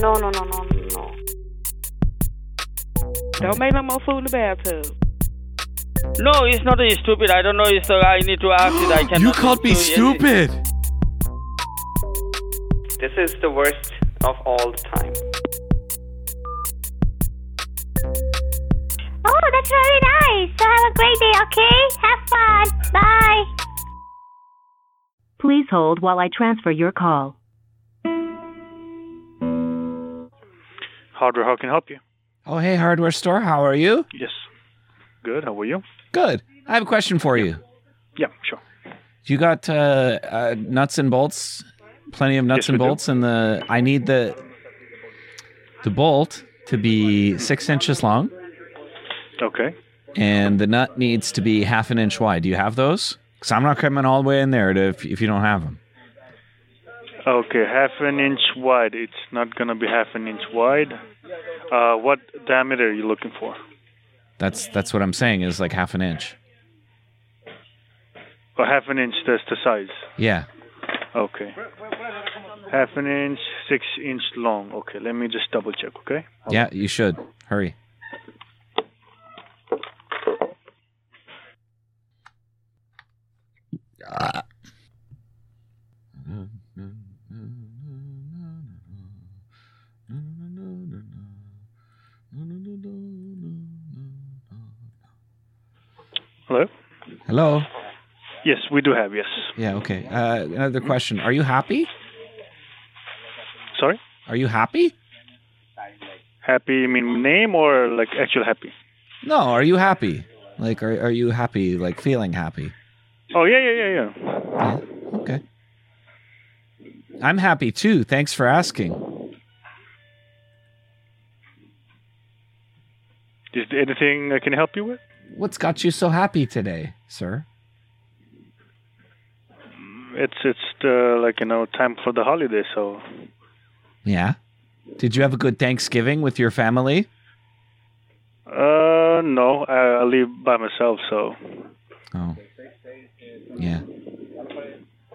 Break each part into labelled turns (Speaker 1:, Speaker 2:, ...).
Speaker 1: No, no, no, no, no, no.
Speaker 2: Don't make no more food in the bathtub.
Speaker 3: No, it's not a stupid. I don't know. It's the, I need to ask it. I cannot.
Speaker 4: you called me
Speaker 3: do anything.
Speaker 4: stupid.
Speaker 1: This is the worst of all time.
Speaker 5: Oh, that's very nice. So have a great day, okay? Have fun. Bye.
Speaker 6: Please hold while I transfer your call.
Speaker 7: Hardware, how can I help you?
Speaker 4: Oh, hey, hardware store. How are you?
Speaker 7: Yes. Good. How are you?
Speaker 4: Good. I have a question for you.
Speaker 7: Yeah, sure.
Speaker 4: You got uh, uh, nuts and bolts, plenty of nuts
Speaker 7: Yes,
Speaker 4: and
Speaker 7: we do.
Speaker 4: bolts, and the I need the the bolt to be six inches long,
Speaker 7: Okay.
Speaker 4: and the nut needs to be half an inch wide. Do you have those? Because I'm not coming all the way in there to, if if you don't have them.
Speaker 7: Okay, half an inch wide. It's not gonna be half an inch wide. Uh, what diameter are you looking for?
Speaker 4: That's that's what I'm saying is like half an inch.
Speaker 7: Oh, half an inch. That's the size.
Speaker 4: Yeah.
Speaker 7: Okay. Half an inch, six inch long. Okay, let me just double check. Okay.
Speaker 4: Yeah, you should. Hurry.
Speaker 7: Hello.
Speaker 4: Hello.
Speaker 7: Yes, we do have. Yes.
Speaker 4: Yeah. Okay. Uh, another question. Are you happy?
Speaker 7: Sorry.
Speaker 4: Are you happy?
Speaker 7: Happy. You mean name or like actual happy?
Speaker 4: No. Are you happy? Like, are are you happy? Like, feeling happy?
Speaker 7: Oh yeah, yeah, yeah, yeah.
Speaker 4: Yeah. Okay. I'm happy too. Thanks for asking.
Speaker 7: Is there anything I can help you with?
Speaker 4: What's got you so happy today, sir?
Speaker 7: It's it's the like you know time for the holiday, so
Speaker 4: Yeah. Did you have a good Thanksgiving with your family?
Speaker 7: Uh, no, I, I live by myself, so
Speaker 4: Oh. Yeah.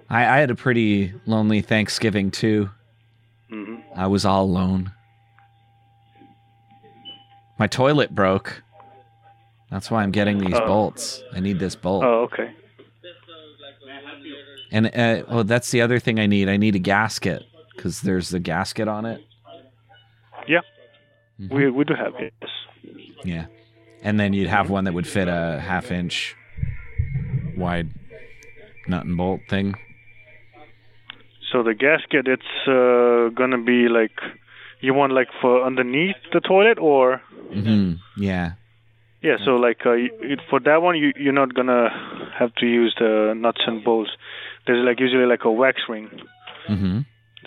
Speaker 4: I I had a pretty lonely Thanksgiving too.
Speaker 7: hmm
Speaker 4: I was all alone. My toilet broke. That's why I'm getting these
Speaker 7: Oh.
Speaker 4: bolts. I need this bolt.
Speaker 7: oh, okay.
Speaker 4: And uh, oh, that's the other thing I need. I need a gasket because there's the gasket on it.
Speaker 7: We we do have it. Yes.
Speaker 4: Yeah. And then you'd have one that would fit a half inch wide nut and bolt thing.
Speaker 7: So the gasket, it's uh, gonna be like, you want like for underneath the toilet, or
Speaker 4: hmm Yeah.
Speaker 7: yeah. So like uh, you- it, for that one, you you're not gonna have to use the nuts and bolts. There's like usually like a wax ring,
Speaker 4: hmm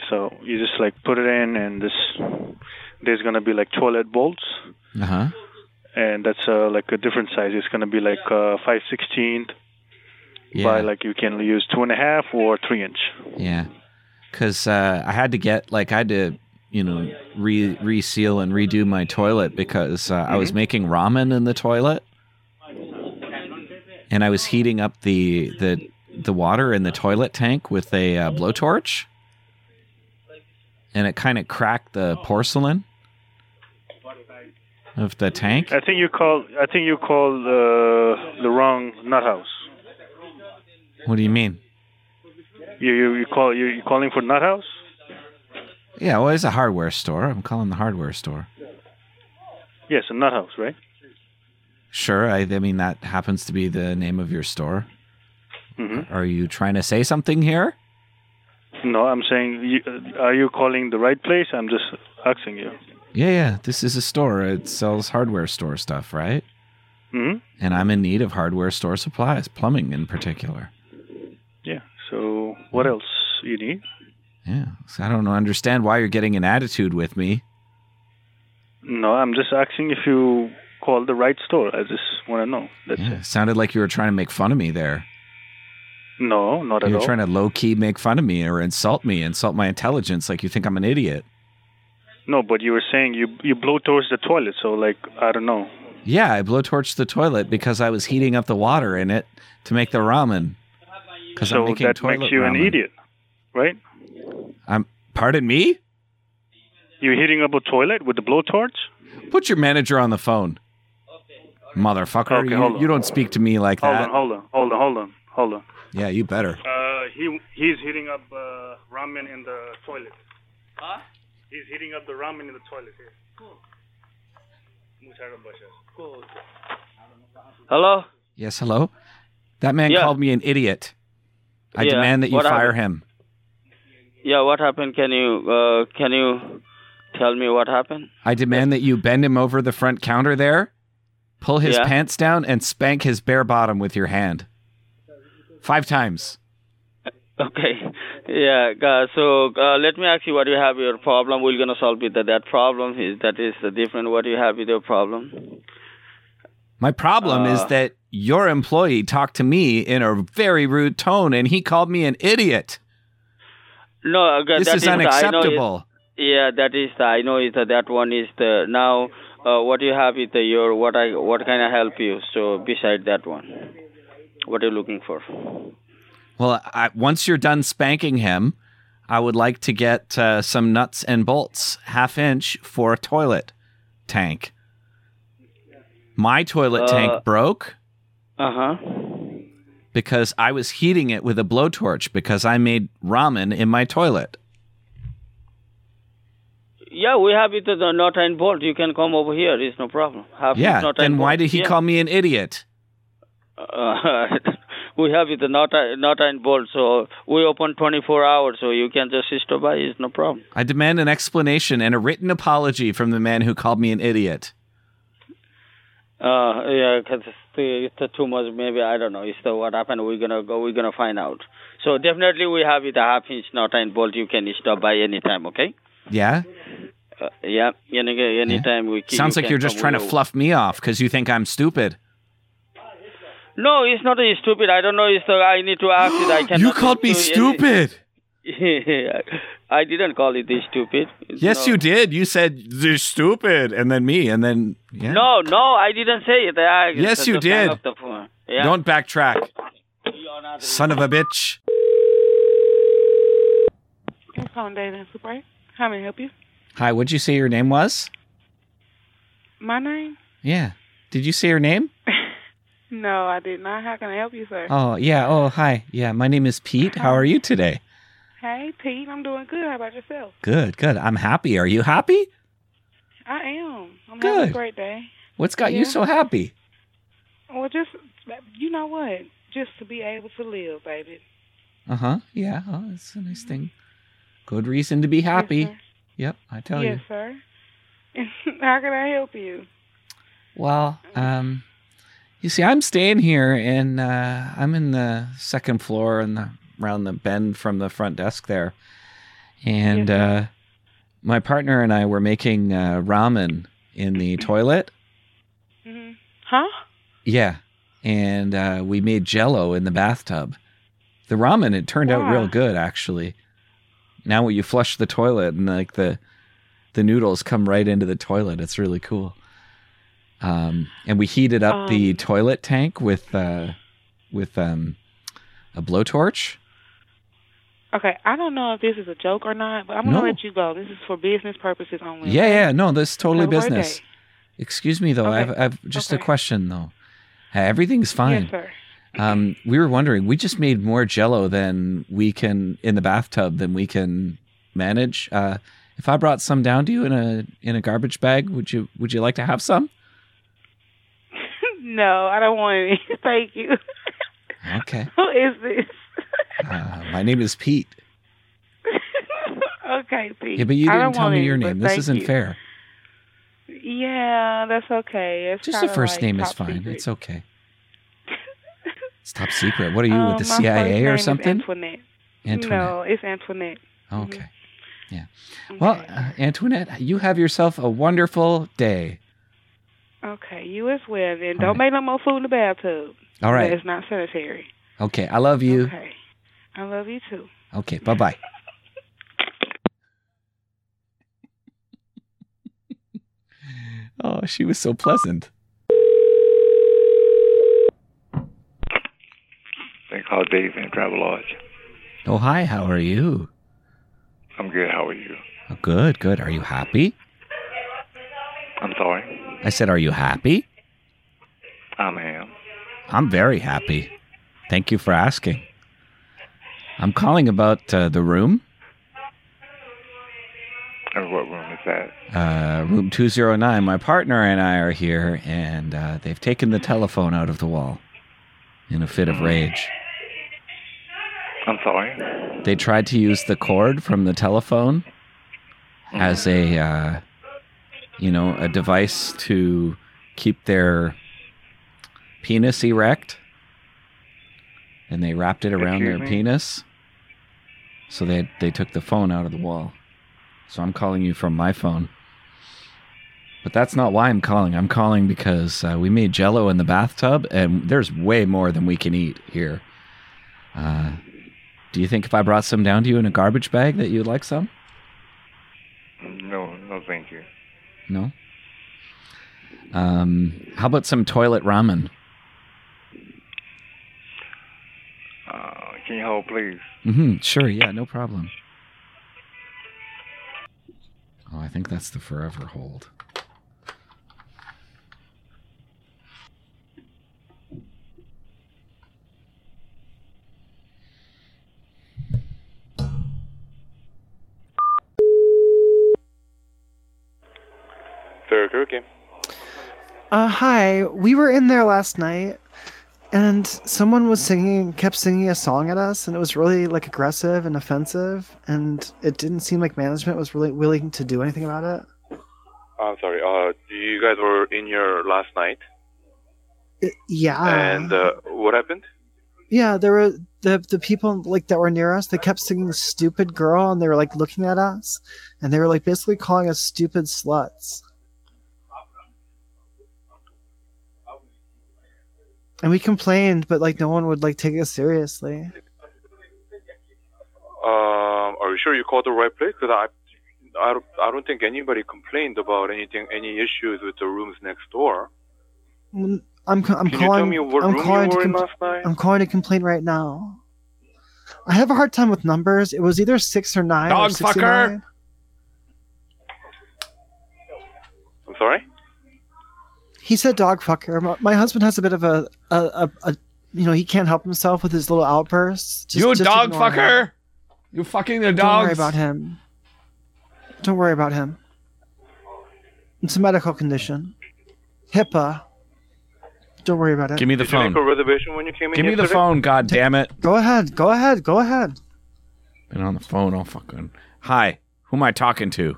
Speaker 7: so you just like put it in, and this there's gonna be like toilet bolts,
Speaker 4: Uh huh.
Speaker 7: and that's uh, like a different size. It's gonna be like uh, five sixteenth.
Speaker 4: Yeah.
Speaker 7: by like you can use two and a half or three inch.
Speaker 4: Yeah, because uh, I had to get like I had to you know re reseal and redo my toilet because uh, I was making ramen in the toilet, and I was heating up the the the water in the toilet tank with a uh, blowtorch, and it kind of cracked the porcelain of the tank.
Speaker 7: I think you call I think you call uh, the wrong nut house.
Speaker 4: What do you mean?
Speaker 7: You you, you call you you calling for nut house?
Speaker 4: Yeah, well, it's a hardware store. I'm calling the hardware store.
Speaker 7: Yes, a nut house, right?
Speaker 4: Sure, I, I mean that happens to be the name of your store.
Speaker 7: Mhm.
Speaker 4: Are you trying to say something here?
Speaker 7: No, I'm saying you, uh, are you calling the right place? I'm just asking you.
Speaker 4: Yeah, yeah. This is a store. It sells hardware store stuff, right?
Speaker 7: hmm
Speaker 4: And I'm in need of hardware store supplies, plumbing in particular.
Speaker 7: Yeah. So what
Speaker 4: Mm-hmm.
Speaker 7: else you need?
Speaker 4: Yeah. So I don't understand why you're getting an attitude with me.
Speaker 7: No, I'm just asking if you call the right store. I just want to know. That's
Speaker 4: Yeah.
Speaker 7: it.
Speaker 4: It sounded like you were trying to make fun of me there.
Speaker 7: No, not at
Speaker 4: You were
Speaker 7: all.
Speaker 4: trying to low key make fun of me or insult me, insult my intelligence like you think I'm an idiot.
Speaker 7: no, but you were saying you you blow towards the toilet, so like I don't know.
Speaker 4: Yeah, I blowtorched the toilet because I was heating up the water in it to make the ramen. Because
Speaker 7: so
Speaker 4: I'm making
Speaker 7: that
Speaker 4: toilet
Speaker 7: makes you an
Speaker 4: ramen.
Speaker 7: idiot, right?
Speaker 4: I'm. Pardon me.
Speaker 7: You're heating up a toilet with a blowtorch?
Speaker 4: Put your manager on the phone. Motherfucker,
Speaker 7: Okay, hold
Speaker 4: you,
Speaker 7: on.
Speaker 4: you don't speak to me like
Speaker 7: Hold
Speaker 4: that.
Speaker 7: on, hold on, hold on, hold on, hold on.
Speaker 4: Yeah, you better.
Speaker 7: Uh, he he's heating up uh, ramen in the toilet.
Speaker 3: Huh?
Speaker 7: He's heating up the ramen in the toilet here. Muchas gracias.
Speaker 3: Hello?
Speaker 4: Yes, hello? That man
Speaker 3: Yeah.
Speaker 4: called me an idiot. I
Speaker 3: Yeah,
Speaker 4: demand that you
Speaker 3: what
Speaker 4: fire him.
Speaker 3: Yeah, what happened? Can you uh, can you tell me what happened?
Speaker 4: I demand that you bend him over the front counter there, pull his
Speaker 3: Yeah.
Speaker 4: pants down, and spank his bare bottom with your hand. Five times.
Speaker 3: Okay. Yeah. Uh, so uh, let me ask you what you have your problem. We're gonna solve it. That that problem is that is the different. What you have with your problem?
Speaker 4: My problem is
Speaker 3: Uh.
Speaker 4: that your employee talked to me in a very rude tone and he called me an idiot.
Speaker 3: No, uh,
Speaker 4: This
Speaker 3: that
Speaker 4: is
Speaker 3: the- I know it-
Speaker 4: unacceptable.
Speaker 3: Yeah, that is the I know is the, that one is the now uh, what you have is the your what I what can I help you? So beside that one, what are you looking for?
Speaker 4: Well, I, once you're done spanking him, I would like to get uh, some nuts and bolts, half inch for a toilet tank. My toilet
Speaker 3: Uh.
Speaker 4: tank broke
Speaker 3: Uh huh.
Speaker 4: because I was heating it with a blowtorch because I made ramen in my toilet.
Speaker 3: Yeah, we have it uh, the nut and bolt. You can come over here. It's no problem. Have it
Speaker 4: yeah,
Speaker 3: nut
Speaker 4: then
Speaker 3: and
Speaker 4: why
Speaker 3: bolt.
Speaker 4: did he
Speaker 3: Yeah.
Speaker 4: call me an idiot?
Speaker 3: Uh, we have it not uh, not and bolt, so we open 24 hours, so you can just stop by. It's no problem.
Speaker 4: I demand an explanation and a written apology from the man who called me an idiot.
Speaker 3: Uh, yeah, 'cause it's, the- it's the too much. Maybe I don't know. It's the what happened. We're gonna go. We're gonna find out. So definitely we have it a half inch not and bolt. You can stop by anytime. Okay.
Speaker 4: Yeah?
Speaker 3: Uh, yeah. Any anytime we. can-
Speaker 4: Sounds
Speaker 3: you
Speaker 4: like
Speaker 3: can
Speaker 4: you're just
Speaker 3: come.
Speaker 4: trying to
Speaker 3: We-
Speaker 4: fluff me off because you think I'm stupid.
Speaker 3: No, it's not uh, stupid. I don't know. It's the, I need to ask it. I can. I didn't call it this stupid.
Speaker 4: Yes,
Speaker 3: No.
Speaker 4: you did. You said they're stupid, and then me, and then yeah.
Speaker 3: No, no, I didn't say it. I,
Speaker 4: Yes, you
Speaker 3: the fan
Speaker 4: did.
Speaker 3: of the phone. Yeah.
Speaker 4: Don't backtrack, son of a bitch.
Speaker 2: I'm calling David Super. How may I help you?
Speaker 4: Hi, what'd you say your name was?
Speaker 2: My name?
Speaker 4: Yeah. Did you say your name?
Speaker 2: No, I did not. How can I help you, sir?
Speaker 4: Oh yeah. Oh hi. Yeah, my name is Pete. How are you today?
Speaker 2: Hey, Pete, I'm doing good. How about yourself?
Speaker 4: Good. Good. I'm happy. Are you happy?
Speaker 2: I am. I'm having
Speaker 4: Good.
Speaker 2: a great day.
Speaker 4: What's got you
Speaker 2: Yeah.
Speaker 4: so happy?
Speaker 2: Well, just, you know what? Just to be able to live, baby.
Speaker 4: Uh huh. Yeah. Oh, that's a nice thing. Good reason to be happy.
Speaker 2: Yes,
Speaker 4: Yep. I tell
Speaker 2: sir. Yes,
Speaker 4: you.
Speaker 2: sir. How can I help you?
Speaker 4: Well, um, you see, I'm staying here, and uh, I'm in the second floor and the, around the bend from the front desk there. And
Speaker 2: Yes,
Speaker 4: uh, my partner and I were making uh, ramen in the toilet.
Speaker 2: hmm Huh?
Speaker 4: Yeah, and uh, we made Jello in the bathtub. The ramen it turned out real
Speaker 2: Wow.
Speaker 4: good, actually. Now when you flush the toilet and like the the noodles come right into the toilet, it's really cool. Um, and we heated up the
Speaker 2: Um.
Speaker 4: toilet tank with uh, with um, a blowtorch.
Speaker 2: Okay, I don't know if this is a joke or not, but I'm
Speaker 4: No.
Speaker 2: gonna let you go. This is for business purposes only.
Speaker 4: Yeah,
Speaker 2: okay?
Speaker 4: yeah, no, this is totally
Speaker 2: Have a great
Speaker 4: business.
Speaker 2: day.
Speaker 4: Excuse me though,
Speaker 2: Okay.
Speaker 4: I've, I've just a
Speaker 2: Okay.
Speaker 4: question though. Uh, Everything's fine.
Speaker 2: Yes, sir.
Speaker 4: Um, we were wondering, we just made more jello than we can in the bathtub than we can manage. Uh, if I brought some down to you in a in a garbage bag, would you would you like to have some?
Speaker 2: no, I don't want any. Thank you.
Speaker 4: Okay.
Speaker 2: Who is this?
Speaker 4: Uh, my name is Pete.
Speaker 2: okay, Pete.
Speaker 4: Yeah, but you
Speaker 2: I don't
Speaker 4: didn't tell
Speaker 2: want
Speaker 4: me
Speaker 2: any,
Speaker 4: your
Speaker 2: but
Speaker 4: name. This
Speaker 2: thank
Speaker 4: isn't
Speaker 2: you.
Speaker 4: fair.
Speaker 2: Yeah, that's okay. It's
Speaker 4: Just the
Speaker 2: kinda
Speaker 4: first
Speaker 2: like
Speaker 4: name is
Speaker 2: top
Speaker 4: fine.
Speaker 2: secret.
Speaker 4: It's okay. It's top secret. What are you
Speaker 2: Um,
Speaker 4: with the
Speaker 2: my first
Speaker 4: CIA
Speaker 2: name
Speaker 4: or
Speaker 2: is
Speaker 4: something?
Speaker 2: Antoinette.
Speaker 4: Antoinette. Oh,
Speaker 2: No, it's Antoinette. mhm.
Speaker 4: Okay. Well,
Speaker 2: Okay.
Speaker 4: uh, Antoinette, you have yourself a wonderful day.
Speaker 2: okay, you as well. And
Speaker 4: all
Speaker 2: don't
Speaker 4: right.
Speaker 2: make no more food in the bathtub.
Speaker 4: All
Speaker 2: That
Speaker 4: right.
Speaker 2: is not sanitary.
Speaker 4: Okay. I love you.
Speaker 2: Okay. I love you too.
Speaker 4: Okay, bye bye. oh, she was so pleasant.
Speaker 8: They call Dave in Travel Lodge.
Speaker 4: Oh, hi, how are you? Oh,
Speaker 8: I'm good. How are you?
Speaker 4: good, good. Are you happy?
Speaker 8: I'm sorry.
Speaker 4: I said, Are you happy?
Speaker 8: I'm here.
Speaker 4: I'm very happy. Thank you for asking. I'm calling about uh, the room,
Speaker 8: And what room is that?
Speaker 4: uh, room 209. My partner and I are here, and uh, they've taken the telephone out of the wall in a fit of rage.
Speaker 8: I'm sorry.
Speaker 4: They tried to use the cord from the telephone as a, uh, you know, a device to keep their penis erect, and they wrapped it around their
Speaker 8: Excuse me?
Speaker 4: penis. So they they took the phone out of the wall. So I'm calling you from my phone. But that's not why I'm calling. I'm calling because uh, we made Jello in the bathtub, and there's way more than we can eat here. Uh, do you think if I brought some down to you in a garbage bag that you'd like some?
Speaker 8: No, no, thank you.
Speaker 4: No. Um, how about some toilet ramen?
Speaker 8: Uh, can you hold, please?
Speaker 4: Mm-hmm. Sure. Yeah. No problem. Oh, I think that's the forever hold.
Speaker 9: Tarakuki.
Speaker 10: Uh, hi. We were in there last night, and someone was singing, kept singing a song at us, and it was really like aggressive and offensive, and it didn't seem like management was really willing to do anything about it.
Speaker 9: I'm sorry. Uh, you guys were in here last night,
Speaker 10: It- yeah.
Speaker 9: and uh, what happened?
Speaker 10: yeah, there were the the people like that were near us. They kept singing "stupid girl" and they were like looking at us, and they were like basically calling us stupid sluts. And we complained, but like no one would like take us seriously.
Speaker 9: Um, are you sure you called the right place? Because I, I, don't- I don't think anybody complained about anything, any issues with the rooms next door.
Speaker 10: Mm, I'm co- I'm
Speaker 9: Can
Speaker 10: calling.
Speaker 9: you tell me what
Speaker 10: I'm
Speaker 9: room
Speaker 10: calling
Speaker 9: you
Speaker 10: to
Speaker 9: were in
Speaker 10: compl-
Speaker 9: last night?
Speaker 10: I'm calling to complain right now. I have a hard time with numbers. It was either six or nine. or
Speaker 4: Dog fucker!
Speaker 10: 69.
Speaker 9: I'm sorry.
Speaker 10: He said dog fucker. My, my husband has a bit of a, a, a, a, you know, he can't help himself with his little outbursts. Just- just ignore him.
Speaker 4: You fucking the
Speaker 10: Don't worry about him. Don't worry about him. It's a medical condition. HIPAA. Don't worry about it.
Speaker 4: Give me the
Speaker 9: Did you
Speaker 4: phone.
Speaker 9: make a reservation when you came in?
Speaker 4: Give me the
Speaker 9: yesterday?
Speaker 4: phone. God damn it!
Speaker 10: go ahead. Go ahead. Go ahead.
Speaker 4: Been on the phone all fucking. Hi. Who am I talking to?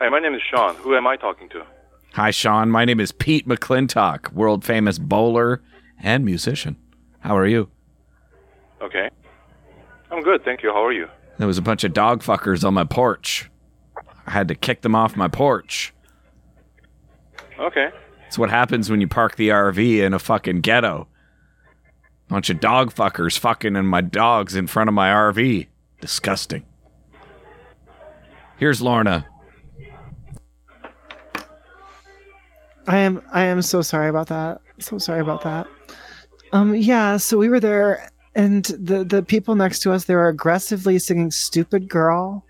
Speaker 9: Hi, my name is Sean. Who am I talking to?
Speaker 4: Hi, Sean. My name is Pete McClintock, world famous bowler and musician. How are you?
Speaker 9: Okay. I'm good, thank you. How are you?
Speaker 4: There was a bunch of dog fuckers on my porch. I had to kick them off my porch.
Speaker 9: Okay.
Speaker 4: It's what happens when you park the RV in a fucking ghetto. Bunch of dog fuckers fucking and my dogs in front of my RV. Disgusting. Here's Lorna.
Speaker 10: I am I am so sorry about that. So sorry about that. Um yeah, so we were there and the the people next to us they were aggressively singing stupid girl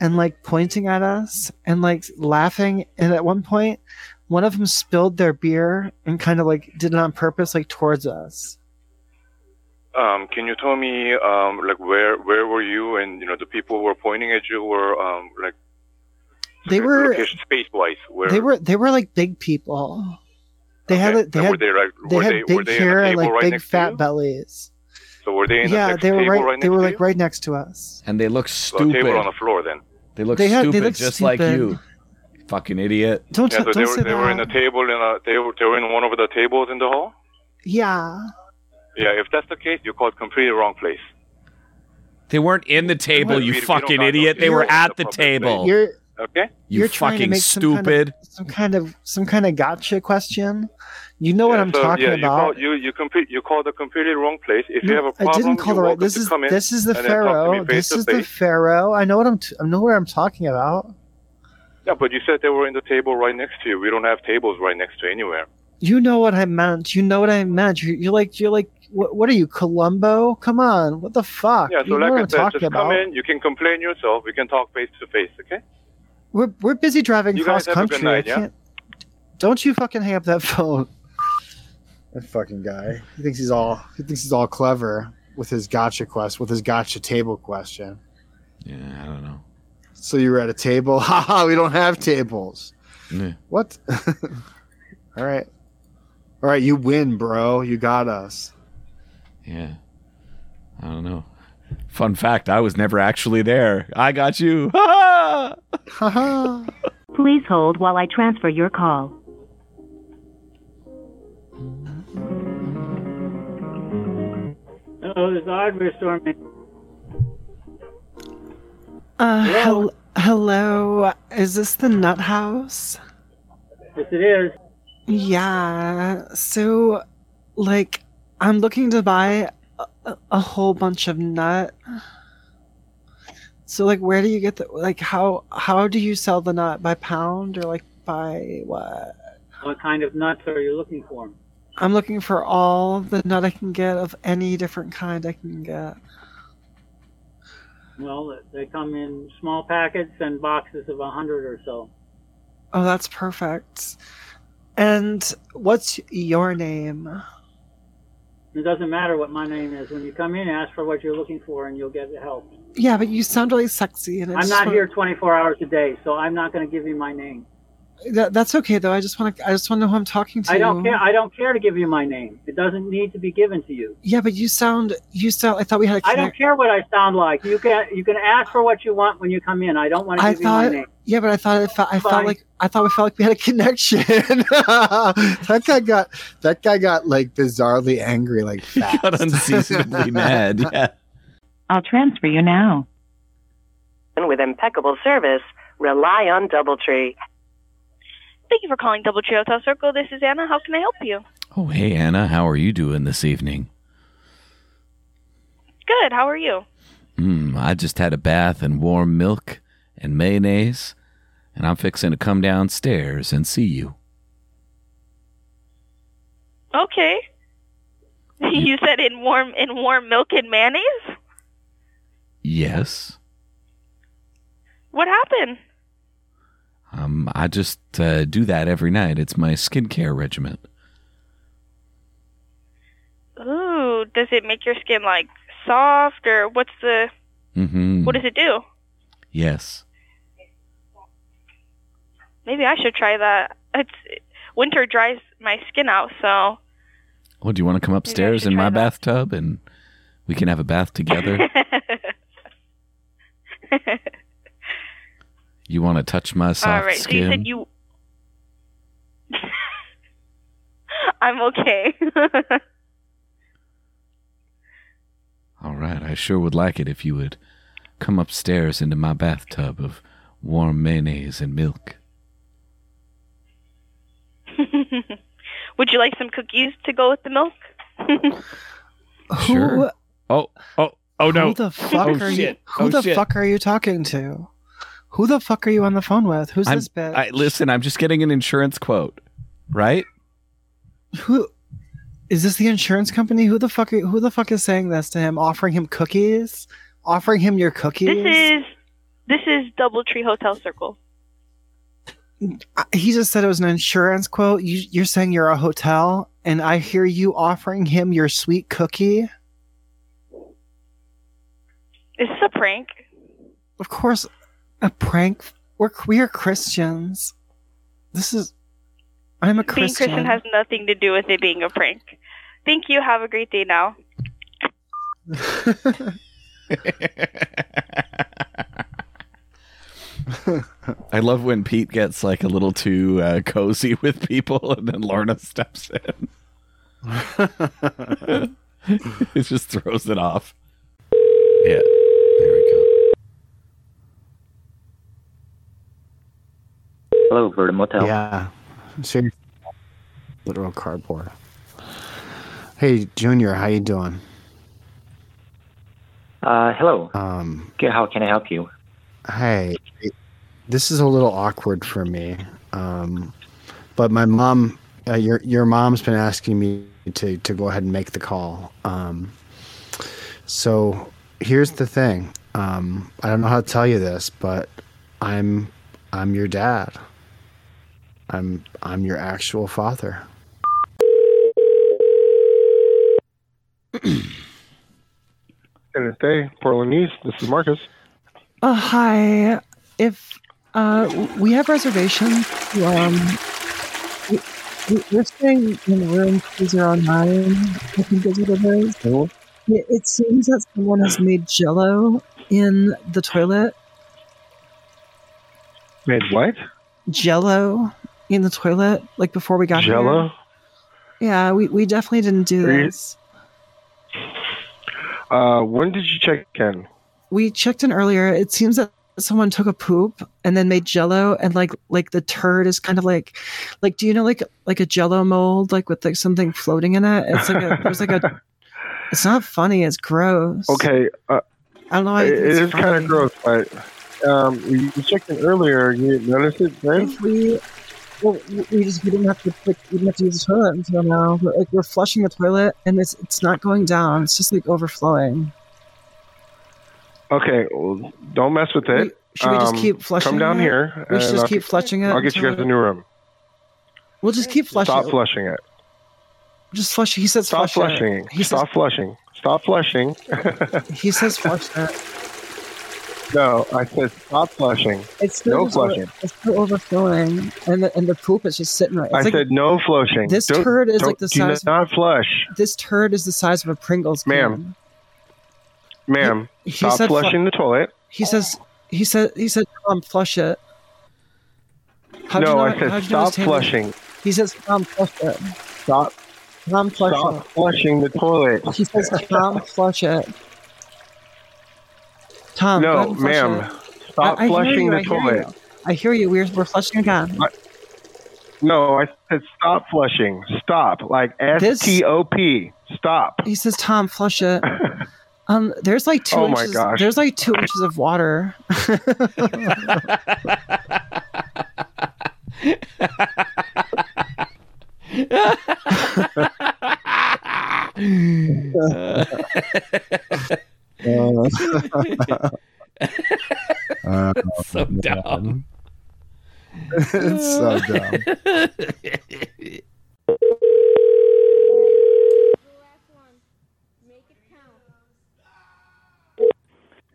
Speaker 10: and like pointing at us and like laughing and at one point one of them spilled their beer and kind of like did it on purpose like towards us.
Speaker 9: Um, can you tell me, um, like where where were you and you know the people who were pointing at you were um like
Speaker 10: They were
Speaker 9: location space wise where
Speaker 10: they were they were like big people. They had
Speaker 9: Okay.
Speaker 10: like they
Speaker 9: And
Speaker 10: had
Speaker 9: were they like
Speaker 10: they
Speaker 9: were
Speaker 10: had
Speaker 9: they were
Speaker 10: big
Speaker 9: they
Speaker 10: hair
Speaker 9: in a
Speaker 10: and
Speaker 9: table
Speaker 10: like
Speaker 9: right
Speaker 10: big
Speaker 9: next to
Speaker 10: fat
Speaker 9: you?
Speaker 10: belleys.
Speaker 9: So were they in the
Speaker 10: Yeah,
Speaker 9: next
Speaker 10: they were
Speaker 9: table
Speaker 10: right,
Speaker 9: right
Speaker 10: they
Speaker 9: next
Speaker 10: were
Speaker 9: to
Speaker 10: like
Speaker 9: you?
Speaker 10: right next to us.
Speaker 4: And they look
Speaker 9: So a table on
Speaker 4: stupid.
Speaker 9: the floor then.
Speaker 4: They look
Speaker 10: They had- they
Speaker 4: stupid
Speaker 10: look
Speaker 4: just like
Speaker 10: stupid.
Speaker 4: you. Fucking idiot.
Speaker 10: Don't
Speaker 9: Yeah, so
Speaker 10: don't
Speaker 9: they
Speaker 10: say
Speaker 9: were they
Speaker 10: that.
Speaker 9: were in a table in a they were they were in one of the tables in the hall?
Speaker 10: yeah.
Speaker 9: Yeah, if that's the case, you called completely wrong place.
Speaker 4: They weren't in the table,
Speaker 9: We- we
Speaker 4: you
Speaker 9: don't
Speaker 4: fucking
Speaker 9: know.
Speaker 4: idiot. They
Speaker 9: You're-
Speaker 4: were at the
Speaker 9: You're-
Speaker 4: table.
Speaker 10: You're
Speaker 9: Okay?
Speaker 4: You
Speaker 10: you're trying to
Speaker 4: fucking
Speaker 10: make some kind of-
Speaker 4: stupid.
Speaker 10: some kind of some kind of gotcha question. You know what
Speaker 9: Yeah,
Speaker 10: I'm
Speaker 9: so,
Speaker 10: talking
Speaker 9: yeah, you
Speaker 10: about.
Speaker 9: Called, you you complete you called the completely wrong place. If you
Speaker 10: No,
Speaker 9: have a
Speaker 10: I
Speaker 9: problem,
Speaker 10: didn't call
Speaker 9: you're
Speaker 10: the right.
Speaker 9: welcome
Speaker 10: This
Speaker 9: to
Speaker 10: is
Speaker 9: come in
Speaker 10: this is the
Speaker 9: and then talk to me
Speaker 10: pharaoh.
Speaker 9: face
Speaker 10: This
Speaker 9: to
Speaker 10: is the
Speaker 9: face.
Speaker 10: pharaoh. I know what I'm. T- I know what I'm talking about.
Speaker 9: Yeah, but you said they were in the table right next to you. We don't have tables right next to anywhere.
Speaker 10: You know what I meant. You know what I meant. You're, you're like you're like what, what are you, Columbo? Come on, what the fuck?
Speaker 9: Yeah,
Speaker 10: you
Speaker 9: so
Speaker 10: know
Speaker 9: like
Speaker 10: what
Speaker 9: I
Speaker 10: I'm
Speaker 9: said,
Speaker 10: talking
Speaker 9: just
Speaker 10: about.
Speaker 9: come in. You can complain yourself. We can talk face to face, okay?
Speaker 10: We're we're busy driving
Speaker 9: You guys
Speaker 10: cross
Speaker 9: have a good
Speaker 10: country.
Speaker 9: night,
Speaker 10: I
Speaker 9: yeah?
Speaker 10: can't. Don't you fucking hang up that phone. That fucking guy. He thinks he's all he thinks he's all clever with his gotcha quest, with his gotcha table question.
Speaker 4: Yeah, I don't know.
Speaker 10: So you were at a table. Ha ha, we don't have tables.
Speaker 4: Yeah.
Speaker 10: What? all right. All right, you win, bro. You got us.
Speaker 4: Yeah. I don't know. Fun fact, I was never actually there. I got you. Ha
Speaker 10: ha.
Speaker 6: Please hold while I transfer your call.
Speaker 11: Hello, this is Audrey Storming.
Speaker 10: Uh, hello. hello. Is this the Nut House?
Speaker 11: Yes, it is.
Speaker 10: Yeah. So, like, I'm looking to buy a- a, a whole bunch of nut. So, like, where do you get the like how how do you sell the nut by pound or like by what?
Speaker 11: What kind of nuts are you looking for?
Speaker 10: I'm looking for all the nut I can get of any different kind I can get.
Speaker 11: Well, they come in small packets and boxes of a hundred or so.
Speaker 10: Oh, that's perfect. And what's your name?
Speaker 11: It doesn't matter what my name is. When you come in, ask for what you're looking for, and you'll get the help.
Speaker 10: Yeah, but you sound really sexy, and I
Speaker 11: I'm
Speaker 10: just
Speaker 11: not
Speaker 10: wanna-
Speaker 11: here 24 hours a day, so I'm not going to give you my name.
Speaker 10: That, that's okay though. I just want to. I just want to know who I'm talking to.
Speaker 11: I don't care. I don't care to give you my name. It doesn't need to be given to you.
Speaker 10: Yeah, but you sound. You sound. I thought we had. a
Speaker 11: I don't
Speaker 10: connect-
Speaker 11: care what I sound like. You can you can ask for what you want when you come in. I don't want to
Speaker 10: I
Speaker 11: give you
Speaker 10: thought.
Speaker 11: my name.
Speaker 10: Yeah, but I thought it felt. I felt
Speaker 11: Fine.
Speaker 10: like. I thought we felt like we had a connection. that guy got. That guy got like bizarrely angry. Like fast.
Speaker 4: got unseasonably mad. Yeah.
Speaker 12: I'll transfer you now. And with impeccable service, rely on Doubletree.
Speaker 13: Thank you for calling Double Tree Hotel Circle. This is Anna. How can I help you?
Speaker 4: Oh, hey Anna, how are you doing this evening?
Speaker 13: Good. How are you?
Speaker 4: Hmm, I just had a bath and warm milk and mayonnaise, and I'm fixing to come downstairs and see you.
Speaker 13: Okay. you said in warm in warm milk and mayonnaise.
Speaker 4: Yes.
Speaker 13: What happened?
Speaker 4: Um, I just uh, do that every night. It's my skincare regimen.
Speaker 13: Ooh, does it make your skin like soft or what's the
Speaker 4: Mm-hmm.
Speaker 13: what does it do?
Speaker 4: Yes.
Speaker 13: Maybe I should try that. It's winter dries my skin out, so
Speaker 4: Well, do you want to come upstairs in my bathtub and we can have a bath together? you want to touch my soft
Speaker 13: All right. So you
Speaker 4: skin?
Speaker 13: said you. I'm okay.
Speaker 4: All right, I sure would like it if you would come upstairs into my bathtub of warm mayonnaise and milk.
Speaker 13: Would you like some cookies to go with the milk?
Speaker 4: Sure. Oh, oh, oh no.
Speaker 10: Who the fuck
Speaker 4: oh,
Speaker 10: are
Speaker 4: shit.
Speaker 10: you? Who
Speaker 4: oh,
Speaker 10: the
Speaker 4: shit.
Speaker 10: fuck are you talking to? Who the fuck are you on the phone with? Who's
Speaker 4: I'm-
Speaker 10: this bitch?
Speaker 4: I, listen, I'm just getting an insurance quote, right?
Speaker 10: Who? Is this the insurance company? Who the fuck? Are, who the fuck is saying this to him? Offering him cookies? Offering him your cookies?
Speaker 13: This is this is DoubleTree Hotel Circle.
Speaker 10: I- he just said it was an insurance quote. You, you're saying you're a hotel, and I hear you offering him your sweet cookie.
Speaker 13: Is this a prank?
Speaker 10: Of course, a prank. We're we're Christians. This is. I'm a
Speaker 13: Being
Speaker 10: Christian.
Speaker 13: Christian has nothing to do with it being a prank. Thank you. Have a great day now.
Speaker 4: I love when Pete gets like a little too uh, cozy with people and then Lorna steps in. it just throws it off. Yeah. There we go.
Speaker 14: Hello, Verdum Motel.
Speaker 10: Yeah. Ser- Literal cardboard. Hey, Junior, how you doing?
Speaker 14: Uh, hello.
Speaker 10: Um,
Speaker 14: Okay, how can I help you?
Speaker 10: Hey, this is a little awkward for me, um, but my mom
Speaker 15: Uh, your your mom's been asking me to to go ahead and make the call. Um, so here's the thing. Um, I don't know how to tell you this, but I'm I'm your dad. I'm I'm your actual father.
Speaker 16: Independence Day, Portland East. This is Marcus.
Speaker 10: Uh, hi. If uh, we have reservations, um, we, we- we're staying in room 209, I think is what it is.
Speaker 16: Hello?
Speaker 10: It, it seems that someone has made jello in the toilet.
Speaker 16: Made what?
Speaker 10: Jello in the toilet, like before we got
Speaker 16: Jello?
Speaker 10: here. Yeah, we, we definitely didn't do
Speaker 16: Are you-
Speaker 10: this.
Speaker 16: Uh, when did you check in?
Speaker 10: we checked in earlier. It seems that someone took a poop and then made jello and like like the turd is kind of like like do you know like like a jello mold like with like something floating in it? It's like a there's like a it's not funny, it's gross.
Speaker 16: Okay. Uh,
Speaker 10: I don't know. why
Speaker 16: It, it
Speaker 10: it's
Speaker 16: is kind
Speaker 10: funny.
Speaker 16: of gross, but um, you you checked in earlier. You didn't notice it then?
Speaker 10: We well, we just we didn't have to like, we didn't have to use the toilet until now. But, like we're flushing the toilet and it's it's not going down. It's just like overflowing.
Speaker 16: Okay. Well, don't mess with it.
Speaker 10: Should we just
Speaker 16: Um,
Speaker 10: keep flushing?
Speaker 16: Come down
Speaker 10: it?
Speaker 16: here.
Speaker 10: We should
Speaker 16: and
Speaker 10: just
Speaker 16: I'll
Speaker 10: keep
Speaker 16: get-
Speaker 10: flushing it.
Speaker 16: I'll get you
Speaker 10: until
Speaker 16: guys a new room.
Speaker 10: We'll just keep flushing.
Speaker 16: Stop
Speaker 10: it.
Speaker 16: flushing it.
Speaker 10: Just flush. He says
Speaker 16: Stop
Speaker 10: flush. it.
Speaker 16: flushing. Stop flushing. Stop flushing.
Speaker 10: he says flush that.
Speaker 16: No, I said stop flushing.
Speaker 10: It's still
Speaker 16: no
Speaker 10: just over-
Speaker 16: flushing.
Speaker 10: it's still overflowing, and the, and the poop is just sitting right. It's
Speaker 16: I
Speaker 10: like,
Speaker 16: said no flushing.
Speaker 10: This
Speaker 16: Don't-
Speaker 10: turd is
Speaker 16: don't-
Speaker 10: like the
Speaker 16: do
Speaker 10: size.
Speaker 16: Not flush,
Speaker 10: This turd is the size of a Pringles. Ma'am.
Speaker 16: ma'am.
Speaker 10: He
Speaker 16: stop
Speaker 10: said flu-
Speaker 16: flushing the toilet.
Speaker 10: He says. He said. He said. Tom, flush it. How'd
Speaker 16: no,
Speaker 10: you know-
Speaker 16: I said
Speaker 10: how'd you know
Speaker 16: stop
Speaker 10: his hand was-
Speaker 16: flushing.
Speaker 10: He says, "Tom, flush it."
Speaker 16: Stop.
Speaker 10: Tom, flush
Speaker 16: Stop flushing the toilet.
Speaker 10: it. He says, "Tom, flush it." Tom, go ahead
Speaker 16: no,
Speaker 10: and flush
Speaker 16: ma'am.
Speaker 10: it.
Speaker 16: Stop
Speaker 10: I- I hear
Speaker 16: flushing
Speaker 10: you,
Speaker 16: the
Speaker 10: I hear you.
Speaker 16: toilet.
Speaker 10: I hear you. We're, we're flushing again.
Speaker 16: No, I said stop flushing. Stop. Like S T O P. Stop.
Speaker 10: He says, "Tom, flush it." Um, there's like two
Speaker 16: Oh my
Speaker 10: inches.
Speaker 16: gosh.
Speaker 10: There's like two inches of water.
Speaker 15: Uh, so dumb. it's so dumb.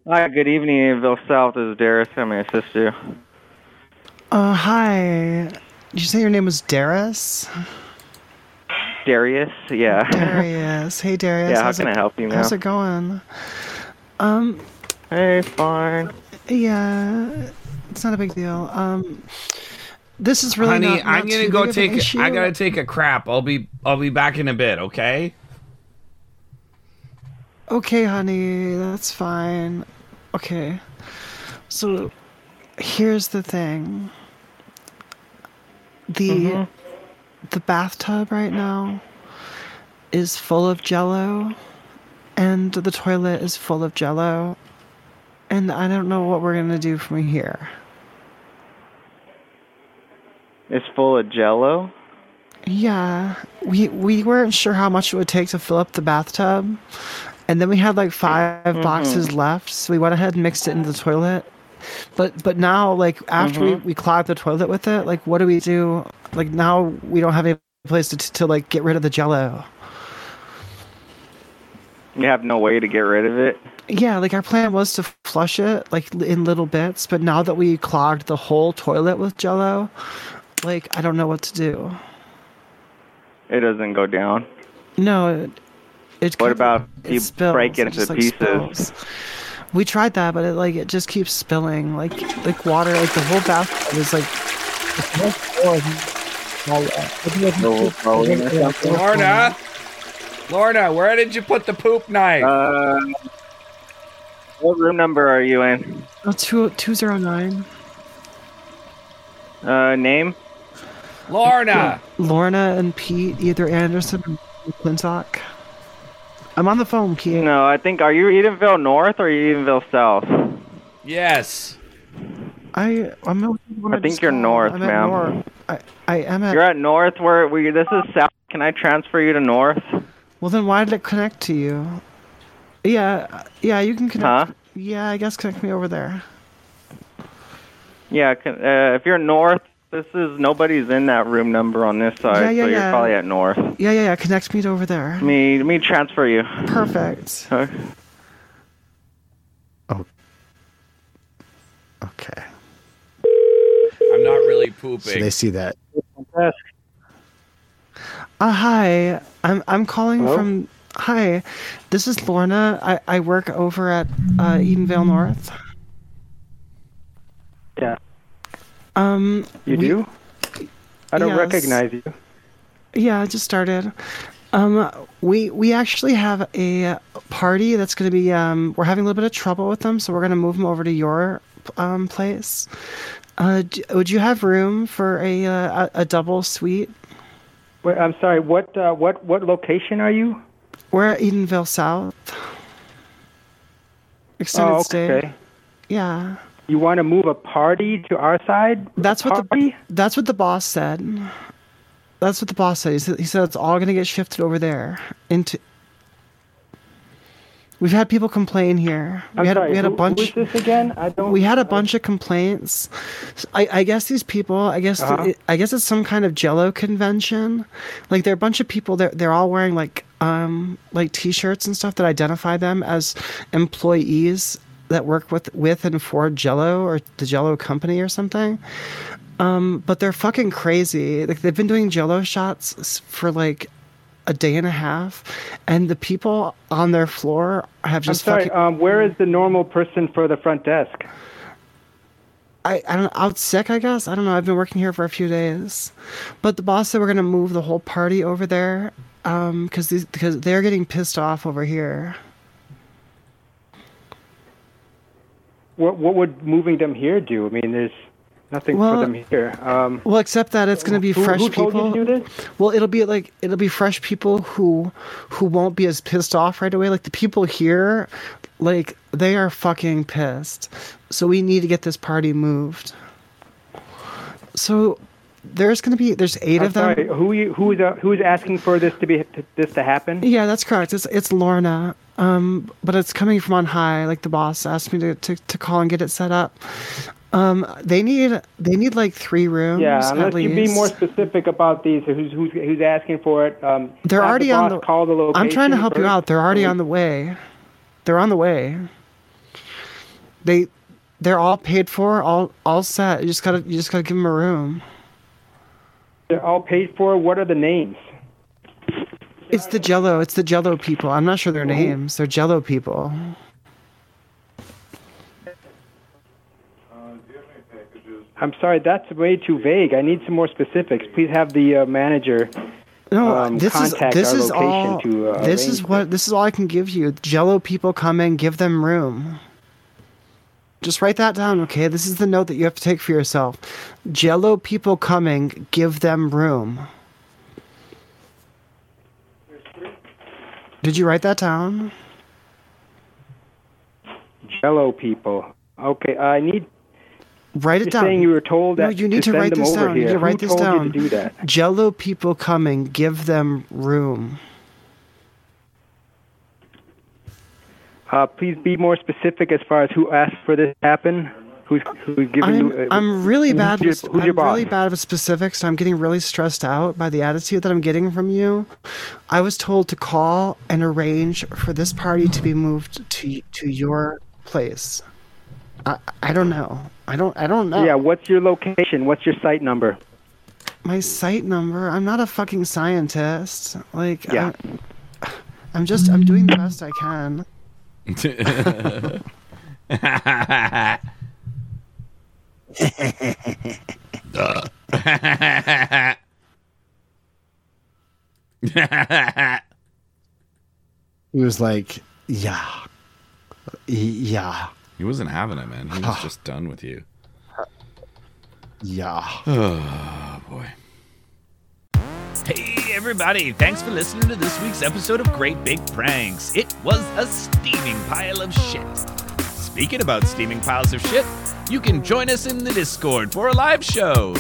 Speaker 17: Hi, good evening, Annville South. This is Darius. How may I assist you?
Speaker 10: Uh, hi. Did you say your name was Darius?
Speaker 17: Darius, yeah.
Speaker 10: Darius. Hey, Darius.
Speaker 17: Yeah, how
Speaker 10: how's
Speaker 17: can
Speaker 10: it,
Speaker 17: I help you,
Speaker 10: How's
Speaker 17: ma'am?
Speaker 10: it going? Um.
Speaker 17: Hey, fine.
Speaker 10: Yeah, it's not a big deal. Um, this is really
Speaker 18: Honey,
Speaker 10: not- not
Speaker 18: I'm gonna
Speaker 10: too
Speaker 18: go
Speaker 10: big of an
Speaker 18: take.
Speaker 10: issue.
Speaker 18: I gotta take a crap. I'll be. I'll be back in a bit. Okay.
Speaker 10: Okay, honey, that's fine. Okay. So here's the thing. The the bathtub right now is full of jello and the toilet is full of jello and I don't know what we're going to do from here.
Speaker 17: It's full of jello.
Speaker 10: Yeah, we we weren't sure how much it would take to fill up the bathtub, and then we had like 5
Speaker 17: Mhm.
Speaker 10: boxes left, so we went ahead and mixed it into the toilet. But but now like after
Speaker 17: Mhm.
Speaker 10: we we clogged the toilet with it, like what do we do? Like now we don't have any place to to like get rid of the jello.
Speaker 17: You have no way to get rid of it.
Speaker 10: Yeah, like our plan was to flush it like l- in little bits, but now that we clogged the whole toilet with jello, like I don't know what to do.
Speaker 17: It doesn't go down.
Speaker 10: No, it, it
Speaker 17: What about
Speaker 10: it
Speaker 17: you
Speaker 10: spills.
Speaker 17: break it into
Speaker 10: just, like,
Speaker 17: pieces?
Speaker 10: spills. We tried that, but it like it just keeps spilling, like like water, like the whole bathtub is like. the whole floor is all- I think it's-
Speaker 17: Overflowing or something?
Speaker 18: Lorna. Lorna, where did you put the poop knife?
Speaker 17: Uh, what room number are you in?
Speaker 10: Oh, two two zero nine.
Speaker 17: Uh, name?
Speaker 18: Lorna.
Speaker 10: Lorna and Pete, either Anderson or McClintock. I'm on the phone, Pete.
Speaker 17: No, I think. Are you Edenville North or Edenville South?
Speaker 18: Yes.
Speaker 10: I I'm. at-
Speaker 17: I think you're north,
Speaker 10: I'm at
Speaker 17: ma'am.
Speaker 10: north. I I am at.
Speaker 17: You're at north. Where we? This is south. Can I transfer you to north?
Speaker 10: Well, then why did it connect to you? Yeah, uh, yeah, you can connect.
Speaker 17: Huh?
Speaker 10: Yeah, I guess connect me over there.
Speaker 17: Yeah. Can, uh, if you're north, this is nobody's in that room number on this side,
Speaker 10: Yeah, yeah,
Speaker 17: so you're
Speaker 10: yeah.
Speaker 17: probably at north.
Speaker 10: Yeah, yeah, yeah. Connect me to over there.
Speaker 17: Let me let me transfer you.
Speaker 10: Perfect.
Speaker 17: Okay.
Speaker 15: Okay.
Speaker 18: I'm not really
Speaker 15: So
Speaker 18: pooping.
Speaker 15: they see that.
Speaker 10: Uh, hi, I'm I'm calling
Speaker 15: Hello?
Speaker 10: from. Hi, this is Lorna. I, I work over at uh, Edenvale North.
Speaker 19: Yeah.
Speaker 10: Um,
Speaker 19: You
Speaker 10: we-
Speaker 19: do? I don't
Speaker 10: Yes.
Speaker 19: recognize you.
Speaker 10: Yeah, I just started. Um, we we actually have a party that's going to be. Um, we're having a little bit of trouble with them, so we're going to move them over to your um, place. Uh, d would you have room for a uh, a, a double suite?
Speaker 19: Wait, I'm sorry. What uh, what what location are you?
Speaker 10: We're at Edenville South. Extended
Speaker 19: oh,
Speaker 10: stay.
Speaker 19: okay.
Speaker 10: Yeah.
Speaker 19: You want to move a party to our side?
Speaker 10: That's what the that's what the boss said. That's what the boss said. He said, he said it's all going to get shifted over there into. We've had people complain here. We
Speaker 19: I'm
Speaker 10: had
Speaker 19: sorry,
Speaker 10: we had
Speaker 19: who-
Speaker 10: a
Speaker 19: who
Speaker 10: bunch.
Speaker 19: is this again? I don't.
Speaker 10: We had a bunch of complaints. I, I guess these people. I guess
Speaker 19: Uh-huh.
Speaker 10: th- I guess it's some kind of Jello convention. Like there are a bunch of people. They're they're all wearing like um like T-shirts and stuff that identify them as employees that work with with and for Jello or the Jello company or something. Um, but they're fucking crazy. Like they've been doing Jello shots s- for like a day and a half, and the people on their floor have
Speaker 19: I'm
Speaker 10: just
Speaker 19: sorry.
Speaker 10: fucking.
Speaker 19: Um, where is the normal person for the front desk?
Speaker 10: I, I don't know, out sick, I guess. I don't know. I've been working here for a few days. But the boss said we're going to move the whole party over there um, cause these, because they're getting pissed off over here.
Speaker 19: What what would moving them here do? I mean, there's nothing
Speaker 10: Well,
Speaker 19: for them here. Um,
Speaker 10: Well, except that it's going to be
Speaker 19: Who- who
Speaker 10: fresh
Speaker 19: told you
Speaker 10: people.
Speaker 19: to do
Speaker 10: Well, it'll be like it'll be fresh people who who won't be as pissed off right away. Like the people here, like they are fucking pissed. So we need to get this party moved. So there's going to be there's 8
Speaker 19: I'm
Speaker 10: of them.
Speaker 19: sorry. Who you, who is uh, who is asking for this to be to, this to happen?
Speaker 10: Yeah, that's correct. It's it's Lorna, um, but it's coming from on high. Like the boss asked me to, to, to call and get it set up. Um, they need they need like three rooms.
Speaker 19: Yeah,
Speaker 10: at
Speaker 19: unless
Speaker 10: least.
Speaker 19: you be more specific about these, who's who's, who's asking for it. Um,
Speaker 10: They're
Speaker 19: have
Speaker 10: already
Speaker 19: the
Speaker 10: on
Speaker 19: boss
Speaker 10: the-
Speaker 19: Call the location
Speaker 10: I'm trying to help you
Speaker 19: first.
Speaker 10: out. They're already on the way. They're on the way. They they're all paid for, all all set. You just gotta you just gotta give them a room.
Speaker 19: They're all paid for. What are the names?
Speaker 10: It's the Jello. It's the Jello people. I'm not sure their names. They're Jello people.
Speaker 19: I'm sorry, that's way too vague. I need some more specifics. Please have the uh, manager
Speaker 10: No,
Speaker 19: um,
Speaker 10: this is
Speaker 19: contact
Speaker 10: this
Speaker 19: our
Speaker 10: is
Speaker 19: location
Speaker 10: all.
Speaker 19: to uh,
Speaker 10: this is
Speaker 19: arrange
Speaker 10: what this is all I can give you. Jello people come in, give them room. Just write that down, okay? This is the note that you have to take for yourself. Jello people coming, give them room. Did you write that down?
Speaker 19: Jello people. Okay, I need.
Speaker 10: Write it
Speaker 19: you're
Speaker 10: down.
Speaker 19: Saying you were told that
Speaker 10: no, you need to,
Speaker 19: send
Speaker 10: write
Speaker 19: them
Speaker 10: this
Speaker 19: over
Speaker 10: down.
Speaker 19: Here.
Speaker 10: You
Speaker 19: Who
Speaker 10: write this
Speaker 19: told
Speaker 10: down.
Speaker 19: You to do that?
Speaker 10: Jello people coming, give them room.
Speaker 19: Uh, please be more specific as far as who asked for this to happen. Who's who's giving
Speaker 10: I'm,
Speaker 19: you? Uh,
Speaker 10: I'm really
Speaker 19: who's
Speaker 10: bad.
Speaker 19: your-
Speaker 10: With,
Speaker 19: who's your
Speaker 10: I'm really
Speaker 19: boss?
Speaker 10: bad with specifics. So I'm getting really stressed out by the attitude that I'm getting from you. I was told to call and arrange for this party to be moved to to your place. I I don't know. I don't I don't know.
Speaker 19: Yeah, what's your location? What's your site number?
Speaker 10: My site number. I'm not a fucking scientist. Like
Speaker 19: Yeah.
Speaker 10: I, I'm just I'm doing the best I can.
Speaker 15: He was like, yeah, yeah,
Speaker 20: He wasn't having it, man. He was just done with you.
Speaker 15: yeah.
Speaker 20: Oh boy.
Speaker 21: Hey, everybody, thanks for listening to this week's episode of Great Big Pranks. It was a steaming pile of shit.
Speaker 4: Speaking about steaming piles of shit, you can join us in the Discord for a live show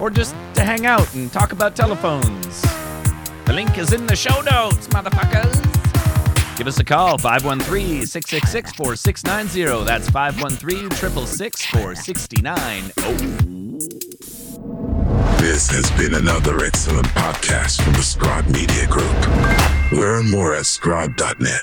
Speaker 4: or just to hang out and talk about telephones. The link is in the show notes, motherfuckers. Give us a call, 513 666 4690. That's 513 666 oh. 4690.
Speaker 2: This has been another excellent podcast from the Scribe Media Group. Learn more at scribe.net.